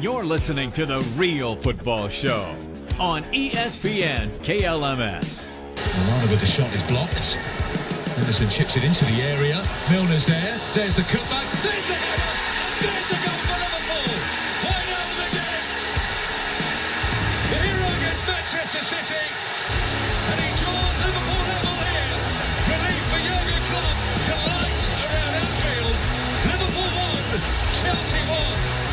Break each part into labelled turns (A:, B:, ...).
A: You're listening to The Real Football Show on E ESPN KLMS.
B: Morata, but the shot is blocked. Henderson chips it into the area. Milner's there. There's the cutback. There's the header. And there's the goal for Liverpool. Why not them again? The hero against Manchester City. And he draws Liverpool level here. Relief for Jurgen Klopp. Delight around Anfield. Liverpool 1, Chelsea 1.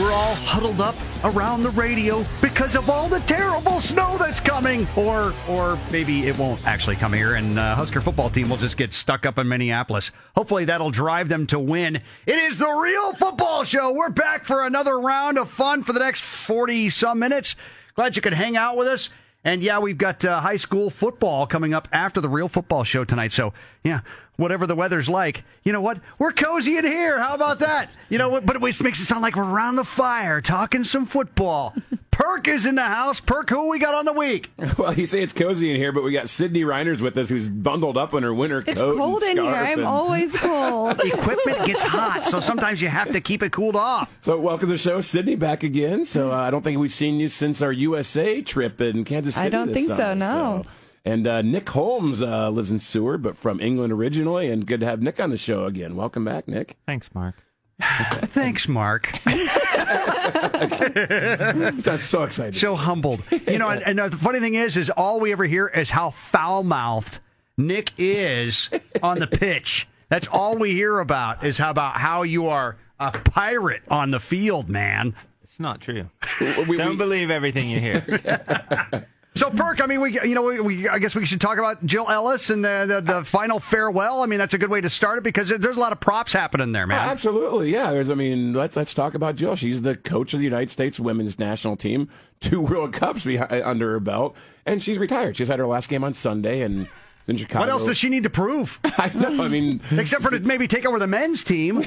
C: We're all huddled up around the radio because of all the terrible snow that's coming. Or, or maybe it won't actually come here, and uh, Husker football team will just get stuck up in Minneapolis. Hopefully, that'll drive them to win. It is the real football show. We're back for another round of fun for the next forty some minutes. Glad you could hang out with us. And yeah, we've got uh, high school football coming up after the real football show tonight. So yeah, whatever the weather's like, you know what? We're cozy in here. How about that? You know, what? but it always makes it sound like we're around the fire talking some football. Perk is in the house. Perk, who we got on the week?
D: Well, you say it's cozy in here, but we got Sydney Reiners with us, who's bundled up in her winter
E: It's
D: coat.
E: cold
D: and
E: in here.
D: scarf
E: I'm
D: and-
E: always cold.
C: Equipment gets hot, so sometimes you have to keep it cooled off.
D: So, welcome to the show, Sydney, back again. So, uh, I don't think we've seen you since our USA trip in Kansas
E: I
D: City.
E: don't
D: this
E: think so,
D: summer,
E: no.
D: And uh, Nick Holmes uh, lives in Seward, but from England originally, and good to have Nick on the show again. Welcome back, Nick.
F: Thanks, Mark.
C: Thanks, Mark.
D: I'm so excited.
C: So humbled. You know, and, and the funny thing is, is all we ever hear is how foul mouthed Nick is on the pitch. That's all we hear about is how about how you are a pirate on the field, man.
F: It's not true.
D: we-
F: Don't believe everything you hear.
C: So Perk, I mean, we you know we, we I guess we should talk about Jill Ellis and the, the the final farewell. I mean, that's a good way to start it because there's a lot of props happening there,
D: Yeah,
C: man.
D: Absolutely, yeah. There's, I mean, let's let's talk about Jill. She's the coach of the United States women's national team, two World Cups behind, under her belt, and she's retired. She's had her last game on Sunday, and it's in Chicago.
C: What else does she need to prove?
D: I know. I mean,
C: Except for to maybe take over the men's team.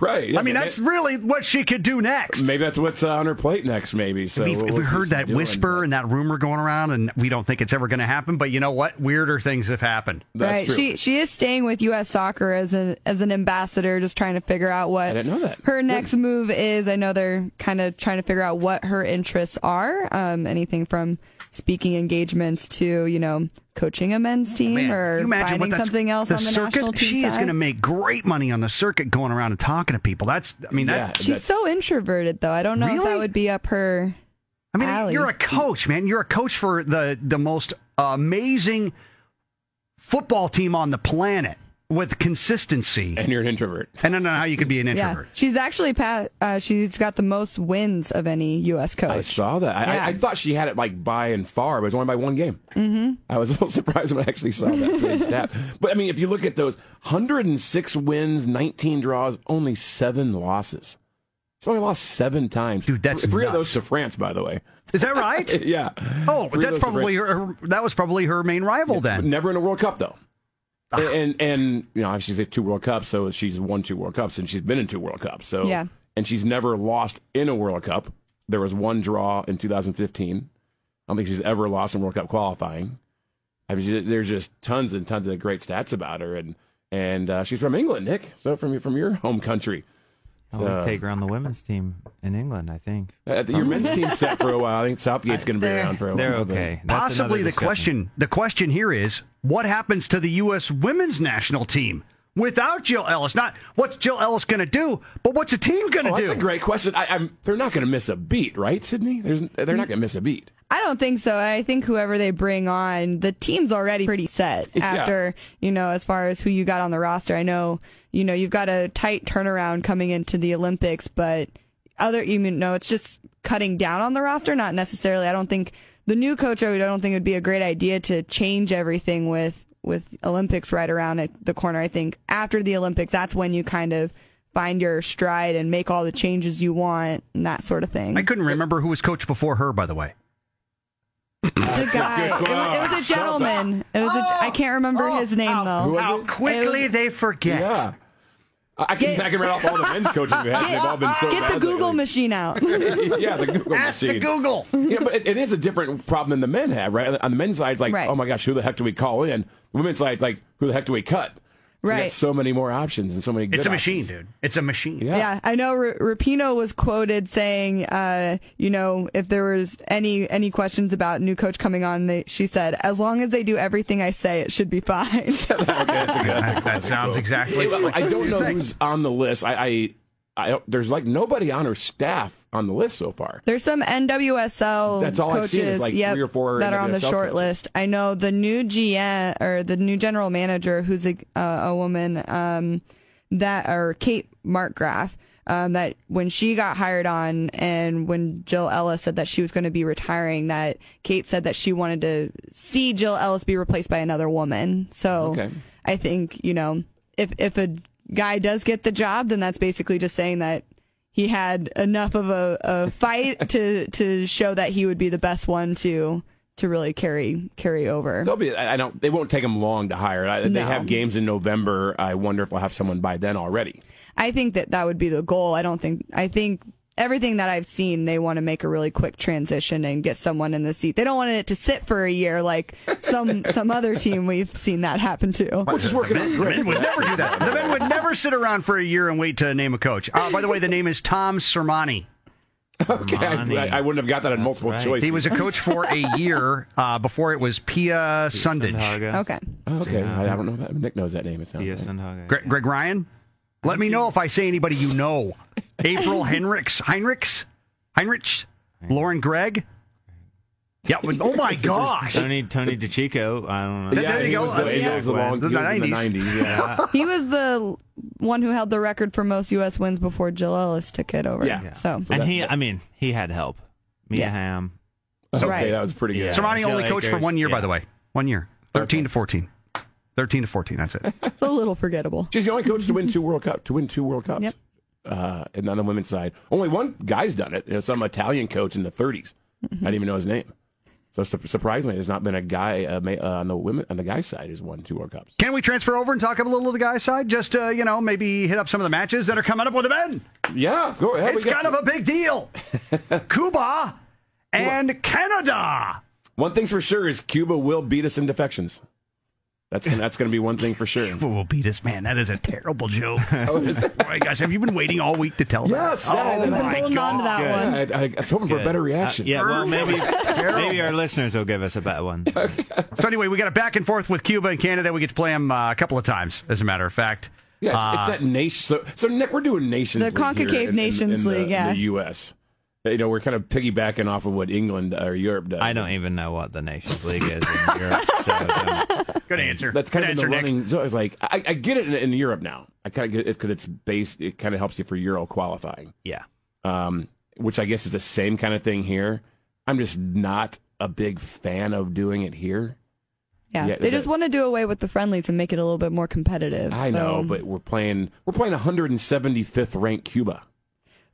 D: right.
C: I mean, that's really what she could do next.
D: maybe that's what's uh, on her plate next. Maybe so.
C: We've,
D: we'll
C: we
D: see what
C: heard
D: she's
C: that
D: doing,
C: whisper
D: but-
C: and that rumor going around, and we don't think it's ever going to happen. But you know what? Weirder things have happened.
D: That's
E: right.
D: true.
E: She she is staying with U.S. Soccer as an as an ambassador, just trying to figure out what
D: I didn't know that.
E: her next move is. I know they're kind of trying to figure out what her interests are. Um, anything from speaking engagements to you know coaching a men's team
C: Oh, Man,
E: or
C: you imagine what
E: finding
C: that's-
E: something else
C: the
E: on the
C: circuit,
E: national team
C: She is
E: side.
C: going to make great money on the circuit, going around and talking to people. That's, I mean, that,
D: Yeah.
E: She's so introverted, though. I don't know if
C: Really?
E: that would be up her.
C: I mean,
E: Allie.
C: you're a coach, man. You're a coach for the the most amazing football team on the planet with consistency.
D: and you're an introvert.
C: And I don't know how you could be an
E: Yeah,
C: introvert.
E: she's actually pa- uh, she's got the most wins of any U.S. coach.
D: I saw that. I,
E: Yeah.
D: I, I thought she had it like by and far, but it was only by one game. Mm-hmm. I was a little surprised when I actually saw that same stat. But I mean, if you look at those 106 wins, 19 draws, only seven losses. She's only lost seven times.
C: Dude, that's
D: three of
C: nuts.
D: those to France, by the way.
C: Is that right?
D: Yeah.
C: Oh,
D: Three of those
C: that's
D: to
C: probably
D: France.
C: her, her. That was probably her main rival then.
D: Never in a World Cup though. And, and and, you know, obviously she's at two World Cups, so she's won two World Cups and she's been in two World Cups. So
E: Yeah.
D: and she's never lost in a World Cup. There was one draw in 2015. I don't think she's ever lost in World Cup qualifying. I mean, she- there's just tons and tons of great stats about her, and and uh, she's from England, Nick. So from your- from your home country.
F: I'll take her on the women's team in England, I think.
D: Uh, your men's team's set for a while. I think Southgate's going to be around for a while.
F: They're
D: but-
F: okay. That's
C: possibly
F: another
C: the
F: discussion.
C: question the question here is what happens to the US women's national team without Jill Ellis not what's Jill Ellis going to do but what's the team going to
D: Oh,
C: do
D: that's a great question. I, I'm, they're not going to miss a beat, right, Sydney? There's, they're not going to miss a beat.
E: I don't think so. I think whoever they bring on, the team's already pretty set
D: Yeah.
E: after, you know, as far as who you got on the roster. I know, you know, you've got a tight turnaround coming into the Olympics, but other, you mean, no, it's just cutting down on the roster, not necessarily. I don't think the new coach, I don't think it would be a great idea to change everything with, with Olympics right around at the corner. I think after the Olympics, that's when you kind of find your stride and make all the changes you want and that sort of thing.
C: I couldn't remember who was coach before her, by the way.
E: the guy, it
D: good
E: was, it was a
D: question. Oh,
E: gentleman. It was. a, I can't remember his name
D: Who
E: though.
D: was it?
C: quickly they forget.
D: Yeah. I I can,
E: Get-
D: I can read off all the men's coaches we had. They've all been so
E: Get
D: bad
E: the Google
D: lately.
E: machine out.
D: yeah, the Google
C: Ask the
D: machine.
C: Google.
D: yeah, but it, it is a different problem than the men have, right? On the men's side, it's like,
E: Right.
D: oh my gosh, who the heck do we call in? women's side, it's like, who the heck do we cut? So we got
E: Right.
D: so many more options and so many. Good
C: It's a machine,
D: options.
C: dude. It's a machine.
D: Yeah.
E: Yeah, I know. R- Rapino was quoted saying, uh, "You know, if there was any any questions about new coach coming on, they, she said, as long as they do everything I say, it should be fine."
C: that sounds exactly.
D: Well, I don't know who's on the list. I, I, I don't, there's like nobody on her staff on the list so far.
E: There's some NWSL
D: That's all I've
E: coaches,
D: seen is, like,
E: yep,
D: three or four
E: that are on the
D: NWSL
E: short
D: coaches.
E: list. I know the new GM or the new general manager, who's a, uh, a woman, um, that or Kate Markgraf. Um, that when she got hired on, and when Jill Ellis said that she was going to be retiring, that Kate said that she wanted to see Jill Ellis be replaced by another woman. So
D: Okay.
E: I think you know if if a guy does get the job, then that's basically just saying that he had enough of a, a fight to to show that he would be the best one to to really carry carry over.
D: They'll be. I I don't. It won't take them long to hire. I, They
E: No.
D: have games in November. I wonder if we'll have someone by then already.
E: I think that that would be the goal. I don't think I think everything that I've seen they want to make a really quick transition and get someone in the seat. They don't want it to sit for a year like some some other team we've seen that happen to.
D: Which is working out
C: The uh, men
D: great.
C: would never do that. The men would never sit around for a year and wait to name a coach. Uh, by the way, the name is Tom Sermani.
D: Okay, I, I wouldn't have got that on multiple
F: right.
D: choice.
C: He was a coach for a year uh, before it was Pia Sundage.
F: Sundhagen.
E: Okay.
D: Okay, I, I don't know that. Nick knows that name. It sounds.
F: Pia
D: like.
F: Sundhagen.
C: Gre- Greg Ryan? Let me know if I say anybody you know. April Henricks. Heinrichs? Heinrichs? Lauren Gregg? Yeah, well, oh my gosh.
F: Tony Tony DeChico. I don't know.
D: Yeah,
C: There you
D: he
C: go. Uh,
D: was the, he
C: Yeah.
D: was the long.
C: The
D: he was in the
C: 90s.
D: nineties. Yeah.
E: He was the one who held the record for most US wins before Jill Ellis took it over.
D: Yeah.
E: So
D: that-
F: and he, I mean, he had help. Mia
E: Yeah.
F: Hamm.
D: okay,
E: Right.
D: that was pretty good.
F: Yeah.
C: Sermani
F: Jill
C: only coached for
F: Akers,
C: one year, by
F: yeah.
C: the way. One year. 13
D: Okay.
C: to 14. 13 to 14, that's it.
E: it's a little forgettable.
D: She's the only coach to win two World Cup to win two World Cups.
E: Yep.
D: Uh, and on the women's side, only one guy's done it. It's some Italian coach in the 30s.
E: Mm-hmm.
D: I didn't even know his name. So su- surprisingly, there's not been a guy uh, ma- uh, on the women on the guy's side who's won two World Cups.
C: Can we transfer over and talk a little of the guys' side? Just, uh, you know, maybe hit up some of the matches that are coming up with the men.
D: Yeah, go ahead.
C: It's
D: We got
C: kind of a
D: some-
C: big deal. Cuba and Canada.
D: one thing's for sure is Cuba will beat us in defections. That's gonna, that's going to be one thing for sure.
C: Cuba will beat us, man. That is a terrible joke. oh my gosh, have you been waiting all week to tell
D: Yes,
C: that?
D: yeah,
C: oh
D: I've been
C: my
E: holding on to
C: God.
E: that one.
D: I, I, I was hoping for a
F: Good.
D: better
F: Uh,
D: reaction.
F: yeah, well, maybe maybe our listeners will give us a better one.
C: So anyway, we got a back and forth with Cuba and Canada. We get to play them uh, a couple of times, as a matter of fact.
D: Yeah, it's,
C: Uh,
D: it's that nation. So, so Nick, we're doing Nations
E: The
D: League
E: CONCACAF
D: here in- in-
E: Nations
D: in the-
E: League, yeah.
D: in the U.S. You know, we're kind of piggybacking off of what England or Europe does.
F: I don't even know what the Nations League is in Europe. So um,
C: good answer.
D: That's kind
C: good
D: of
C: answer,
D: been the
C: Nick.
D: running. So it's like I, I get it in, in Europe now. I kind of get it because it's based. It kind of helps you for Euro qualifying,
F: yeah.
D: um, which I guess is the same kind of thing here. I'm just not a big fan of doing it here.
E: Yeah.
D: Yeah,
E: they
D: the-
E: just want to do away with the friendlies and make it a little bit more competitive.
D: I
E: so-
D: know, but we're playing. We're playing 175th ranked Cuba.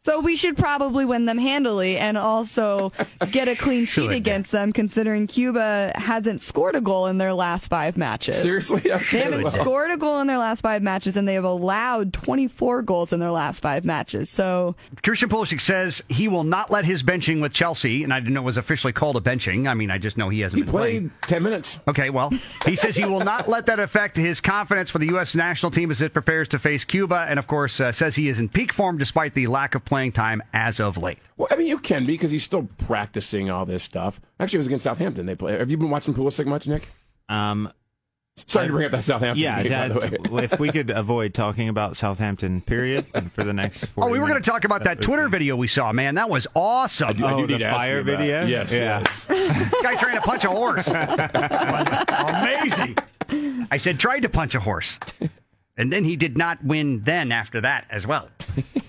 E: So we should probably win them handily and also get a clean sheet
C: Should.
E: against them, considering Cuba hasn't scored a goal in their last five matches.
D: Seriously,
E: They
D: okay.
E: haven't scored a goal in their last five matches, and they have allowed 24 goals in their last five matches. So
C: Christian Pulisic says he will not let his benching with Chelsea, and I didn't know it was officially called a benching. I mean, I just know he hasn't
D: he
C: been playing.
D: played 10 minutes.
C: Okay, well, he says he will not let that affect his confidence for the U.S. national team as it prepares to face Cuba, and of course, uh, says he is in peak form despite the lack of playing time as of late.
D: Well, I mean, you can be because he's still practicing all this stuff. Actually, it was against Southampton. They play. Have you been watching Pulisic much, Nick?
F: Um,
D: Sorry to bring up that Southampton.
F: yeah.
D: game, by the way.
F: That, if we could avoid talking about Southampton, period, for the next. 40
C: Oh, we were going
F: minutes,
C: to talk about that
F: would
C: Twitter
F: be-
C: video we saw, man. That was awesome.
D: I do
F: Oh,
D: need
F: the
D: to ask you
F: fire
D: about-
F: video.
D: Yes,
F: Yeah.
C: guy trying to punch a horse. Amazing. I said, tried to punch a horse. And then he did not win then after that as well.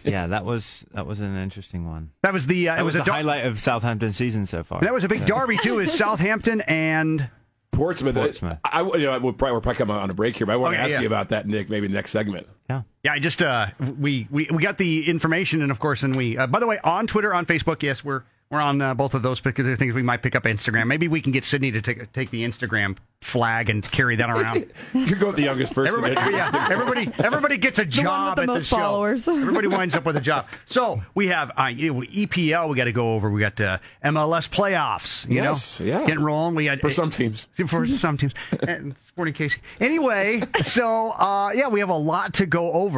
F: Yeah, that was that was an interesting one.
C: That was the, uh,
F: That
C: it was,
F: the
C: a dar-
F: highlight of Southampton's season so far.
C: that was a big derby too, is Southampton and
D: Portsmouth. uh,
F: Portsmouth.
D: I, I- you know, I- we'll probably, we're probably coming on a break here, but I want
C: Okay,
D: to ask
C: yeah.
D: you about that, Nick, maybe in the next segment.
F: yeah.
C: Yeah, I just uh, we, we we got the information, and of course, and we. Uh, by the way, on Twitter, on Facebook, yes, we're we're on uh, both of those particular things. We might pick up Instagram. Maybe we can get Sydney to take take the Instagram flag and carry that around.
D: You could go with the youngest person.
C: Everybody, yeah, everybody, everybody gets a
E: one
C: job
E: with the
C: at
E: most
C: show.
E: followers.
C: everybody winds up with a job. So we have uh, you know, EPL. We got to go over. We got uh, MLS playoffs. You
D: Yes,
C: know,
D: yeah.
C: getting rolling. We got
D: For some teams.
C: for some teams. And Sporting Casey. Anyway, so uh, yeah, we have a lot to go over.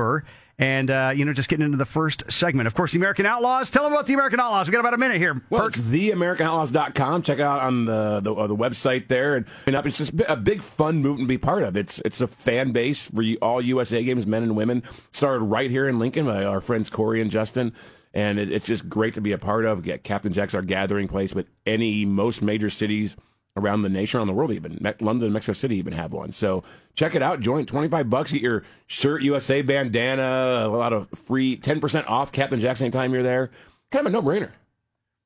C: And, uh, you know, just getting into the first segment. Of course, the American Outlaws. Tell them about the American Outlaws. we got about a minute here.
D: Well,
C: Perk.
D: it's theamericanoutlawscom Check it out on the the, uh, the website there, and, and up. It's just a big fun movement to be part of. It's it's a fan base for you- all USA games, men and women. Started right here in Lincoln by our friends Corey and Justin, and it, it's just great to be a part of. Get Captain Jack's our gathering place, but any most major cities around the nation, around the world, even Me- London, Mexico City, even have one. So check it out. Join twenty five bucks. Get your shirt, USA bandana, a lot of free ten percent off Captain Jack's anytime you're there. Kind of a no brainer.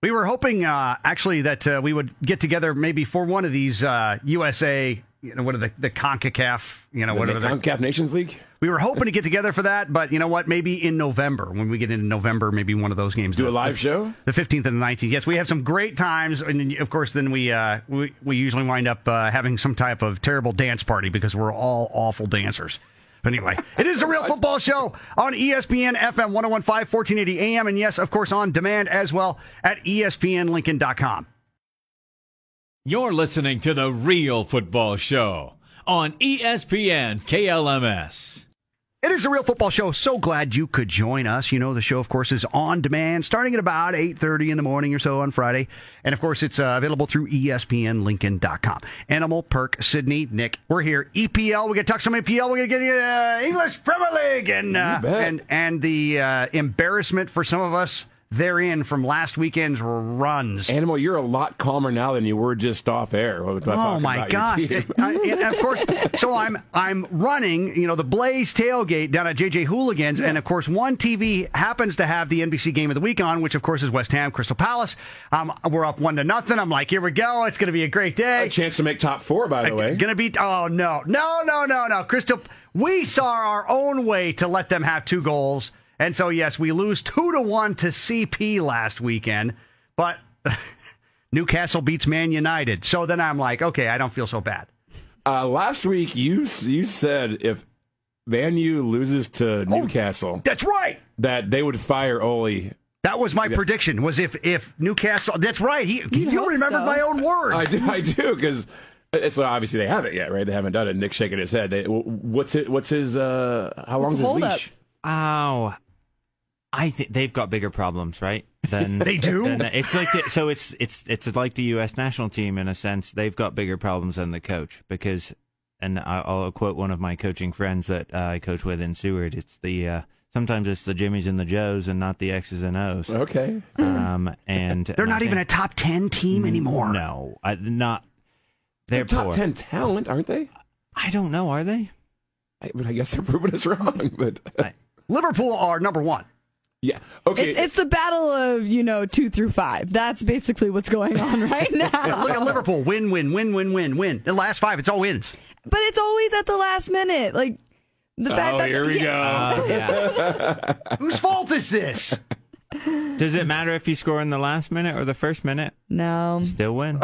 C: We were hoping uh, actually that uh, we would get together maybe for one of these uh, USA, you know, what are the, the CONCACAF, you know, whatever.
D: The
C: they're-
D: CONCACAF Nations League.
C: We were hoping to get together for that, but you know what? Maybe in November, when we get into November, maybe one of those games.
D: Do a live show?
C: The 15th and the 19th. Yes, we have some great times. And then, of course, then we, uh, we, we usually wind up uh, having some type of terrible dance party because we're all awful dancers. But anyway, it is a real football show on E ESPN FM 1015, 1480 AM. And yes, of course, on demand as well at E ESPNLincoln.com.
A: You're listening to The Real Football Show on E ESPN KLMS.
C: It is the Real Football Show. So glad you could join us. You know the show, of course, is on demand, starting at about eight thirty in the morning or so on Friday, and of course it's uh, available through ESPNLincoln.com. Animal Perk Sydney Nick, we're here. EPL, we got to talk some EPL. We're gonna get you uh, English Premier League and uh,
D: bet.
C: and and the uh, embarrassment for some of us therein from last weekend's runs.
D: Animal, you're a lot calmer now than you were just off air.
C: Oh my gosh! I- and of course, so I'm I'm running, you know, the Blaze tailgate down at JJ Hooligans, and of course, one TV happens to have the NBC game of the week on, which of course is West Ham Crystal Palace. Um, we're up one to nothing. I'm like, here we go. It's going to be a great day.
D: A chance to make top four, by the way.
C: Gonna be oh no no no no no Crystal. We saw our own way to let them have two goals, and so yes, we lose two to one to CP last weekend. But Newcastle beats Man United, so then I'm like, okay, I don't feel so bad.
D: Uh, last week, you you said if Man U loses to Newcastle,
C: That's right.
D: that they would fire Ole.
C: That was my prediction. Was if if Newcastle? That's right. He, you,
E: hope
C: remembered
E: so.
C: my own words.
D: I do, I do, because it's so obviously they haven't yet, right? They haven't done it. Nick's shaking his head. They, what's it? What's his? Uh, how long's
E: What's
D: his
E: hold
D: leash?
E: up?
F: Oh, I think they've got bigger problems, right? Than
C: They do?
F: than- it's like the, so. It's it's it's like the U.S. national team in a sense. They've got bigger problems than the coach because, and I- I'll quote one of my coaching friends that uh, I coach with in Seward. It's the uh, sometimes it's the Jimmys and the Joes and not the X's and O's.
D: Okay.
F: Um, and
C: They're
F: and I
C: not even a
F: think-
C: top ten team anymore.
F: No, I, not. They're,
D: top
F: poor.
D: ten talent, aren't they?
F: I don't know. Are they?
D: I, but I guess they're proving us wrong. But
C: Liverpool are number one.
D: yeah, okay.
E: It's, it's the battle of, you know, two through five. That's basically what's going on right now.
C: Look at Liverpool. Win, win, win, win, win, win. The last five, it's all wins.
E: But it's always at the last minute. Like, the fact
D: oh,
E: that.
D: here we
E: yeah.
D: go.
F: Oh, yeah.
C: Whose fault is this?
F: Does it matter if you score in the last minute or the first minute?
E: No.
F: Still win.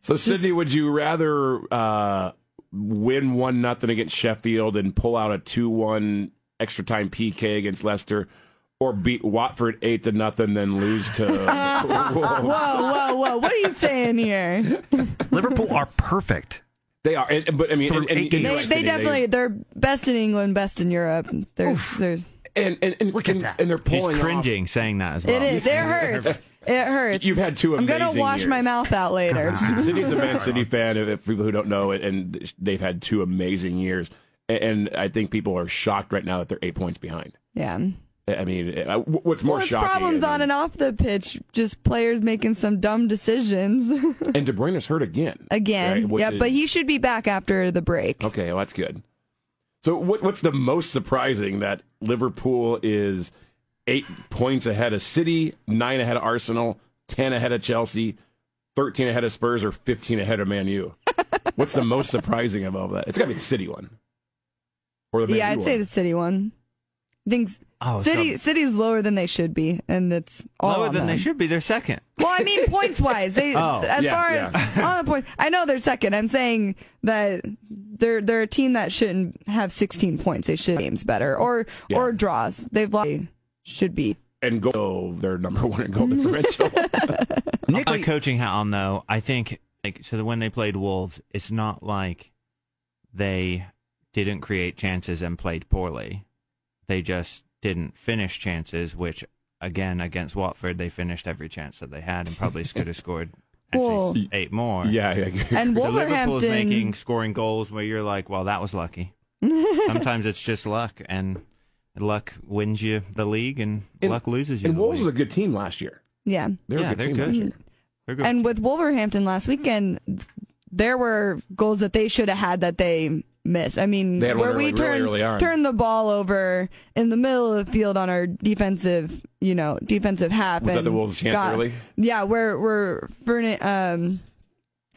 D: So, Sydney, would you rather uh, win one nothing against Sheffield and pull out a two one extra time PK against Leicester, or beat Watford eight to nothing then lose to the Wolves?
E: Whoa, whoa, whoa. What are you saying here?
C: Liverpool are perfect.
D: They are, and, but I mean,
C: Through
D: and, and,
C: eight
D: and
C: games.
D: you're
E: They,
D: right,
E: they
D: Sydney,
E: definitely, they're best in England, best in Europe. There's, there's,
D: and, and, and
C: Look at
D: and-
C: that.
D: and they're
F: He's
D: pulling. off-
F: cringing saying that as well.
E: it is. It hurts. It hurts.
D: You've had two
E: I'm going to
D: amazing
E: wash my
D: years.
E: mouth out later.
D: Sydney's a Man City fan. If, if people who don't know it, and they've had two amazing years, and, and I think people are shocked right now that they're eight points behind.
E: yeah.
D: I mean, uh, what's more
E: well, it's
D: shocking?
E: problems
D: is-
E: on and off the pitch, just players making some dumb decisions
D: And De Bruyne's hurt again.
E: again.
D: right, which
E: yeah, but
D: is- Oh,
E: he should be back after the break.
D: Okay, well that's good. So what what's the most surprising that Liverpool is eight points ahead of City, nine ahead of Arsenal, ten ahead of Chelsea, thirteen ahead of Spurs, or fifteen ahead of Man U? what's the most surprising of all that? It's got to be the City one, or the Man
E: yeah,
D: U
E: I'd
D: one.
E: say the city one. things
F: Oh,
E: city
F: so-
E: cities lower than they should be, and it's all
F: Lower
E: on
F: than they
E: them.
F: should be. They're second.
E: Well, I mean points wise, they
F: Oh,
E: as
D: yeah,
E: far as on the point. I know they're second. I'm saying that they're they're a team that shouldn't have 16 points. They should games better or
D: Yeah.
E: or draws. They've lost. They should be.
D: and goal. They're number one in goal differential.
C: Nick,
F: My
C: we-
F: coaching hat on, though, I think like so. That when they played Wolves, it's not like they didn't create chances and played poorly. They just didn't finish chances, which again against Watford, they finished every chance that they had and probably could have scored at
E: Well-
F: least eight more.
D: yeah, yeah.
E: And
F: The Liverpool's
E: Wolverhampton
F: making scoring goals where you're like, well, that was lucky. Sometimes it's just luck, and luck wins you the league, and,
D: And-
F: luck loses you.
D: And
F: the
D: Wolves was
F: league.
D: a good team last year.
E: Yeah.
D: They were
F: Yeah,
D: a good
F: they're
D: team
F: good.
D: last year.
F: They're good.
E: And with Wolverhampton last weekend, there were goals that they should have had that they missed. I mean,
D: They had one
E: where we
D: early- really
E: turn
D: early on.
E: turn the ball over in the middle of the field on our defensive, you know, defensive half.
D: Was that
E: and
D: the Wolves' chance
E: got-
D: early?
E: Yeah, where where Fern, um,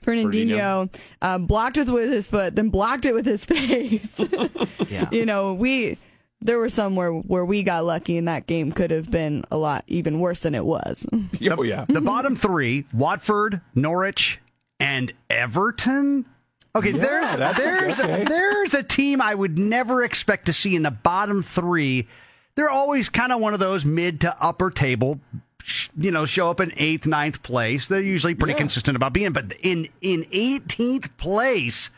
E: Fernandinho uh, blocked it with his foot, then blocked it with his face.
F: yeah.
E: you know, we there were some where where we got lucky, and that game could have been a lot even worse than it was.
D: Yeah, oh, yeah.
C: the bottom three: Watford, Norwich, and Everton. Okay, there's
D: that's a-
C: there's
D: okay.
C: there's a team I would never expect to see in the bottom three. They're always kind of one of those mid to upper table, sh- you know, show up in eighth, ninth place. They're usually pretty consistent about being, but in in eighteenth place,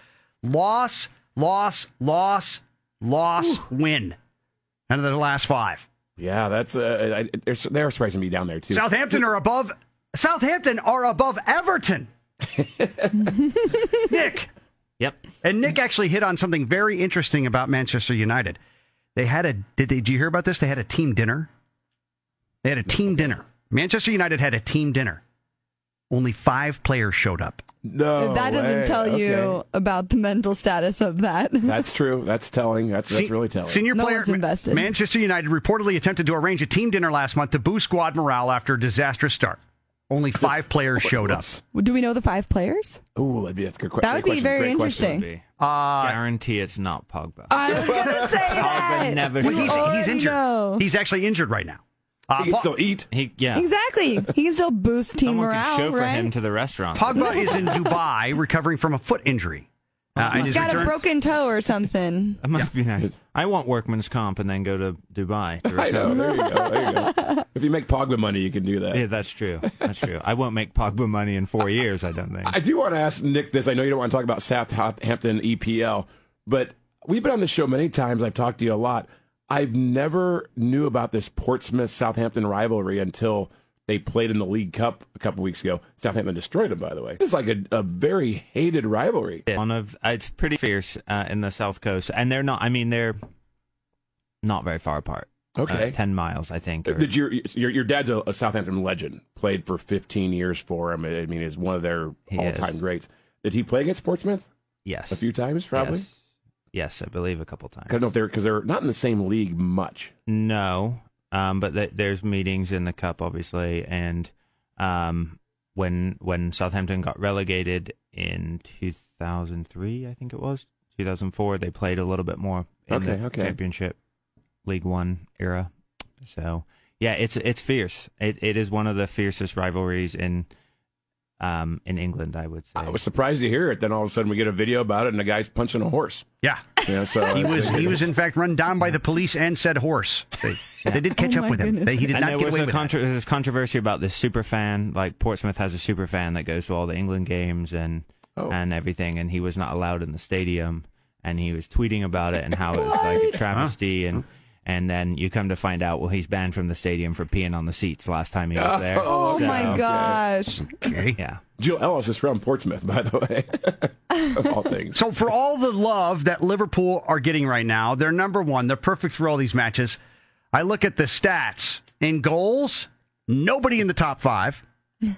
C: loss, loss, loss, loss, win, and their last five.
D: Yeah, that's uh, I, they're, they're surprising me down there too.
C: Southampton are above. Southampton are above Everton. Nick
F: Yep.
C: and Nick actually hit on something very interesting about Manchester United. They had a did, they, did you hear about this? They had a team dinner. They had a team dinner. Manchester United had a team dinner. Only five players showed up.
D: no,
E: that doesn't
D: way.
E: tell you
D: Oh, Okay.
E: about the mental status of that.
D: That's true. That's telling. That's that's
C: Se-
D: really telling.
C: Senior
E: No
C: player
E: one's invested.
C: Manchester United reportedly attempted to arrange a team dinner last month to boost squad morale after a disastrous start. Only five players showed up.
E: Do we know the five players?
D: Ooh, that'd be that's a good que- great
E: That would be
D: question.
E: very
D: Great question.
E: interesting.
F: Guarantee it's not Pogba.
E: I was gonna say that.
F: never
C: Well,
F: You
C: he's, he's
E: already
C: injured.
E: know.
C: He's actually injured right now. Uh,
D: He can
C: Po-
D: still eat.
F: He yeah.
E: Exactly. He can still boost team
F: Someone
E: morale,
F: could chauffeur
E: right?
F: him to the restaurant.
C: Pogba is in Dubai recovering from a foot injury. Uh, and his
E: he's got a
C: return-
E: broken toe or something.
F: That must be nice. I want workman's comp and then go to Dubai. To
D: I know.
F: recover.
D: There you go. There you go. if you make Pogba money, you can do that.
F: Yeah, that's true. That's true. I won't make Pogba money in four years. I don't think.
D: I do want to ask Nick this. I know you don't want to talk about Southampton EPL, but we've been on the show many times. I've talked to you a lot. I've never knew about this Portsmouth Southampton rivalry until they played in the League Cup a couple weeks ago. Southampton destroyed them, by the way. This is like a, a very hated rivalry.
F: One of it's pretty fierce uh, in the south coast, and they're not. I mean, they're not very far apart.
D: Okay.
F: Uh, ten miles, I think. or-
D: Did your your your dad's a, a Southampton legend? Played for 15 years for him. I mean, is one of their
F: He
D: all time
F: is.
D: greats. Did he play against Portsmouth
F: yes,
D: a few times? Probably.
F: Yes, Yes, I believe a couple times.
D: I don't know if they're because they're not in the same league much.
F: No, um, but th- there's meetings in the cup, obviously, and um, when when Southampton got relegated in 2003, I think it was 2004, they played a little bit more in
D: Okay,
F: the
D: okay.
F: Championship League One era. So yeah, it's it's fierce. It it is one of the fiercest rivalries in um in England, I would say.
D: I was surprised to hear it. Then all of a sudden we get a video about it, and the guy's punching a horse.
C: Yeah.
D: Yeah, so
C: He
D: I
C: was
D: think
C: he
D: it
C: was in fact run down by the police and said horse. They, they did catch
E: Oh
C: up
E: my
C: with him.
E: goodness.
C: They, he did
F: and
C: not
F: there
C: get
F: was
C: away
F: a
C: with
F: contro- there was controversy about this super fan. Like Portsmouth has a super fan that goes to all the England games and
D: Oh.
F: and everything, and he was not allowed in the stadium, and he was tweeting about it and how it was like a travesty and. And then you come to find out, well, he's banned from the stadium for peeing on the seats last time he was there.
E: Oh
F: So,
E: my gosh.
C: it. Okay.
F: Yeah.
D: Jill Ellis is from Portsmouth, by the way. of all things.
C: So for all the love that Liverpool are getting right now, they're number one. They're perfect for all these matches. I look at the stats in goals. Nobody in the top five.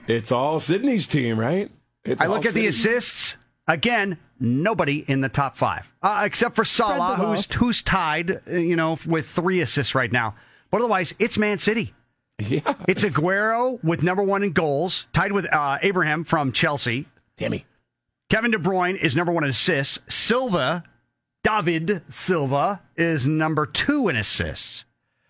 D: It's all Sydney's team, right? It's
C: I
D: all
C: look at the
D: Sydney.
C: assists. Again, nobody in the top five, uh, except for Salah,
E: the
C: who's who's tied, uh, you know, with three assists right now. But otherwise, it's Man City.
D: Yeah,
C: It's Aguero with number one in goals, tied with uh, Abraham from Chelsea.
D: Tammy.
C: Kevin De Bruyne is number one in assists. Silva, David Silva, is number two in assists.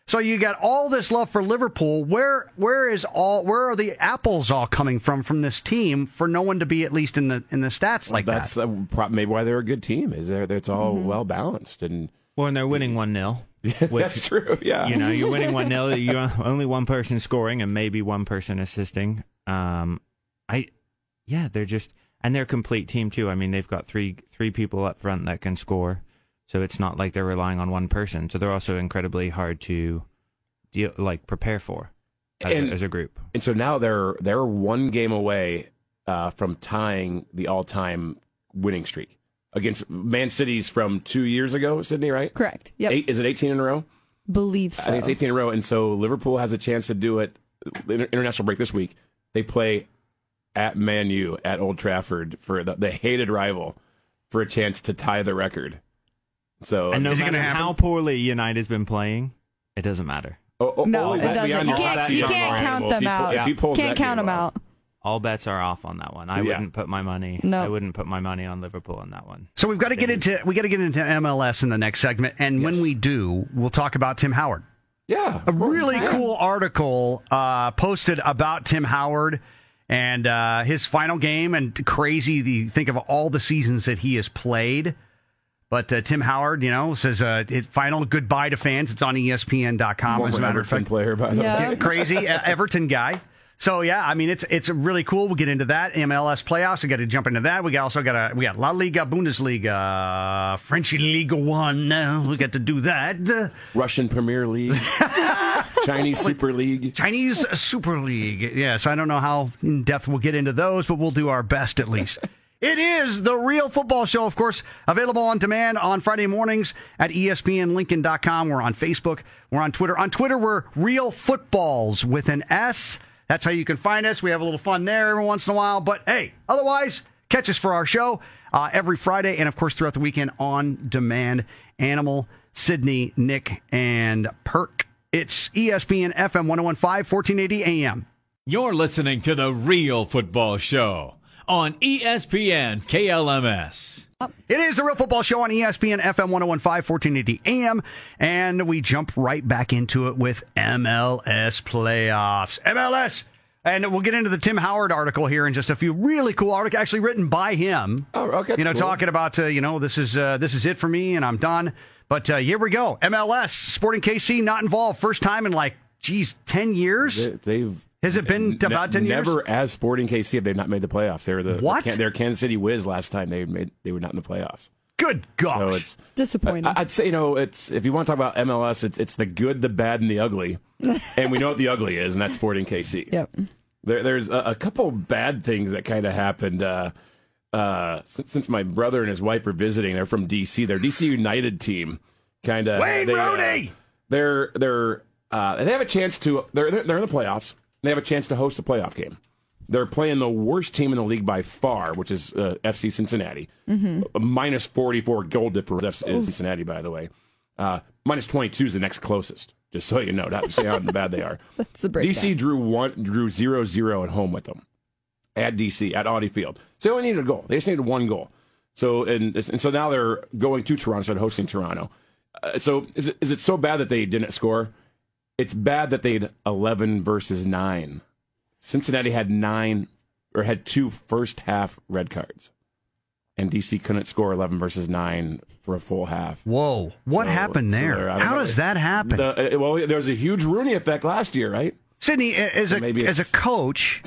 C: So you got all this love for Liverpool. Where where is all where are the apples all coming from from this team for no one to be at least in the in the stats like
D: That's
C: that? Mm-hmm.
D: uh, prob- maybe why they're a good team. Is there? It's all well balanced and
F: Well, and they're winning 1 0.
D: that's true. Yeah,
F: You know, you're winning 1 0. You're only one person scoring and maybe one person assisting. Um, I, yeah, they're just, and they're a complete team too. I mean, they've got three three people up front that can score. So it's not like they're relying on one person. So they're also incredibly hard to deal, like prepare for as,
D: And-
F: a, as a group.
D: And so now they're they're one game away uh, from tying the all time winning streak against Man City's from two years ago, Sydney, right?
E: Correct. Yep.
D: Eight, is it 18 in a row?
E: Believe so.
D: I think it's 18 in a row. And so Liverpool has a chance to do it. Inter- international break this week. They play at Man U at Old Trafford for the, the hated rival for a chance to tie the record. So
F: And no
C: uh, Is it gonna
F: matter
C: happen?
F: how poorly United's been playing, it doesn't matter.
D: Oh, oh,
E: No,
D: oh,
E: it
D: that's
E: doesn't.
D: beyond
E: You
D: your
E: can't-
D: hot
E: you
D: seat
E: can't
D: on
E: count
D: Ryan.
E: them
D: If he pull-
E: out.
D: if he pulls
E: Can't
D: that
E: count
D: game
E: them
D: off.
E: out.
F: All bets are off on that one. I
D: Yeah.
F: wouldn't put my money.
E: No.
F: I wouldn't put my money on Liverpool on that one.
C: So we've got to get into we got to get into MLS in the next segment, and when
D: Yes.
C: we do, we'll talk about Tim Howard.
D: Yeah.
C: a really cool article uh, posted about Tim Howard and uh, his final game and crazy the think of all the seasons that he has played. But uh, Tim Howard, you know, says uh, it, final goodbye to fans. It's on E ESPN.com.
D: Former
C: As a matter
D: Everton
C: of fact,
D: player, by the
E: Yeah.
D: way.
C: Yeah, crazy uh, Everton guy. So yeah, I mean it's it's really cool. We'll get into that MLS playoffs. We got to jump into that. We got also got a we got La Liga, Bundesliga, French Liga One. Uh, We got to do that.
D: Russian Premier League, Chinese Super League.
C: Chinese Super League. Yes, I don't know how in depth we'll get into those, but we'll do our best at least. it is the Real Football Show, of course, available on demand on Friday mornings at E ESPNLincoln.com. We're on Facebook. We're on Twitter. On Twitter, we're Real Footballs with an S. That's how you can find us. We have a little fun there every once in a while. But hey, otherwise, catch us for our show uh, every Friday and, of course, throughout the weekend on demand. Animal, Sydney, Nick, and Perk. It's E ESPN FM 1015, 1480 AM.
A: You're listening to The Real Football Show on E ESPN KLMS.
C: It is the Real Football Show on E ESPN FM 1015, 1480 AM. And we jump right back into it with MLS playoffs. MLS! And we'll get into the Tim Howard article here in just a few. Really cool article, actually written by him.
D: Oh, okay,
C: You know,
D: cool.
C: talking about uh, you know this is uh, this is it for me and I'm done. But uh, here we go. MLS Sporting KC not involved. First time in like geez, ten years.
D: They- They've
C: Has it been
D: ne-
C: about 10 years?
D: Never as Sporting KC have they not made the playoffs. They were the
C: What?
D: The, they're Kansas City Whiz last time they made they were not in the playoffs.
C: Good gosh.
D: So it's
E: Disappointing.
D: I- I'd say you know it's if you want to talk about MLS, it's it's the good, the bad, and the ugly. and we know what the ugly is, and that's Sporting KC.
E: yep.
D: There, there's a, a couple bad things that kind of happened. Uh, uh, since, since my brother and his wife are visiting, they're from DC. Their DC United team, kind of.
C: Wayne
D: they, uh,
C: Rooney!
D: they're they're uh, they have a chance to. They're they're they're in the playoffs. They have a chance to host a playoff game. They're playing the worst team in the league by far, which is uh, FC Cincinnati.
E: Mm-hmm.
D: A minus 44 goal difference is
E: Oh.
D: Cincinnati, by the way. Uh, minus 22 is the next closest, just so you know, not to say how bad they are.
E: That's the breakdown.
D: DC drew one, drew zero zero at home with them at DC at Audi Field. So they only needed a goal. They just needed one goal. So and and so now they're going to Toronto instead of hosting Toronto. Uh, so is it, is it so bad that they didn't score? It's bad that they'd eleven versus nine. Cincinnati had nine or had two first half red cards, and DC couldn't score eleven versus nine for a full half.
C: Whoa. What
D: So-
C: happened
D: so
C: there?
D: they're- I don't
C: How
D: know.
C: does that happen?
D: The, uh, well, there was a huge Rooney effect last year, right?
C: Sydney, a- as a
D: Maybe
C: as a
D: it's-
C: coach,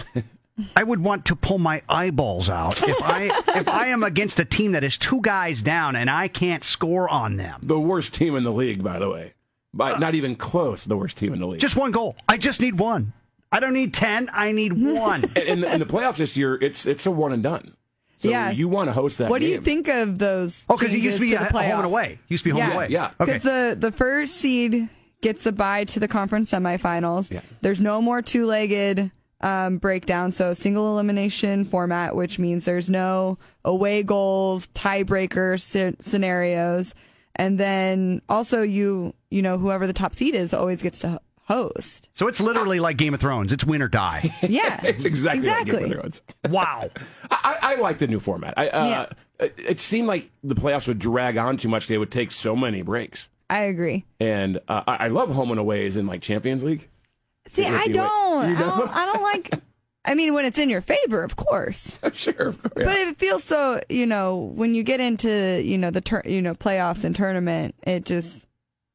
C: I would want to pull my eyeballs out if I if I am against a team that is two guys down and I can't score on them.
D: The worst team in the league, by the way. By, not even close, the worst team in the league.
C: Uh, Just one goal. I just need one. I don't need ten. I need one.
D: And in, the, in the playoffs this year, it's it's a one and done. So
E: Yeah.
D: you want to host that
E: What do you
D: game.
E: think of those?
C: Oh, because it used to be
E: changes
C: a,
E: the
C: home and
E: playoffs?
C: away. Used to be home and
E: Yeah.
C: away.
D: Yeah.
C: Okay.
E: Because the, the first seed gets a bye to the conference semifinals.
D: Yeah.
E: There's no more two legged um, breakdown. So single elimination format, which means there's no away goals, tiebreaker sce- scenarios. And then also you, you know, whoever the top seed is always gets to ho- host.
C: so it's literally like Game of Thrones. It's win or die.
E: Yeah.
D: It's exactly, like Game of Thrones.
C: Wow.
D: I, I I like the new format. I, uh,
E: Yeah.
D: it, it seemed like the playoffs would drag on too much. They would take so many breaks.
E: I agree.
D: And uh, I, I love home and aways in like Champions League.
E: See,
D: If
E: I
D: you-
E: don't.
D: you
E: I don't. I don't like. I mean, when it's in your favor, of course.
D: sure, yeah.
E: But it feels so, you know, when you get into, you know, the tur- you know playoffs and tournament, it just,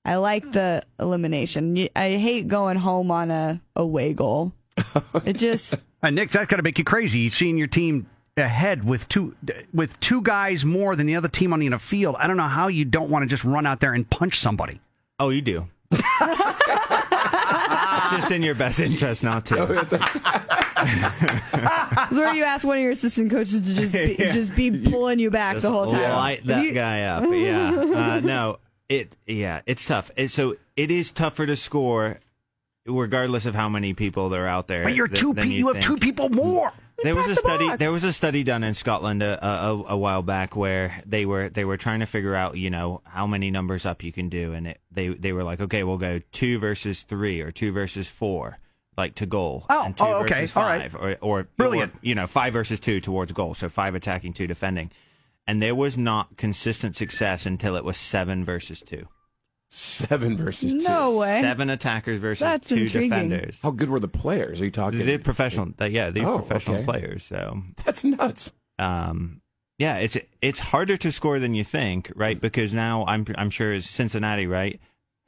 E: I like the elimination. You- I hate going home on a away goal. It just,
C: And Nick, that's got to make you crazy seeing your team ahead with two with two guys more than the other team on the other field. I don't know how you don't want to just run out there and punch somebody.
F: Oh, you do. it's just in your best interest not
C: Oh,
F: to.
E: it's where you ask one of your assistant coaches to just be,
F: Yeah.
E: just be pulling you back
F: Just
E: the whole time.
F: light that
E: You-
F: guy up. Yeah. Uh, no. It. Yeah. It's tough. It, so it is tougher to score, regardless of how many people there are out there.
C: But you're
F: th-
C: two
F: than
C: pe- you have
F: think.
C: two people more.
F: There was a
E: packed the
F: study.
E: box.
F: There was a study done in Scotland a, a, a- a while back where they were they were trying to figure out you know how many numbers up you can do, and it, they they were like, okay, we'll go two versus three or two versus four, like to goal.
C: Oh,
F: and two
C: oh, okay,
F: versus
C: all right.
F: five, or or
C: Brilliant.
F: or, you know, five versus two towards goal, so five attacking, two defending, and there was not consistent success until it was seven versus two,
D: seven versus two.
E: No way.
F: seven attackers versus
E: That's
F: two
E: intriguing.
F: defenders.
D: How good were the players? Are you talking?
F: They're professional, yeah, they're
D: Oh,
F: professional
D: okay.
F: players, so
D: That's nuts.
F: um, yeah, it's it's harder to score than you think,
D: Mm.
F: right? Because now I'm I'm sure it's Cincinnati, right?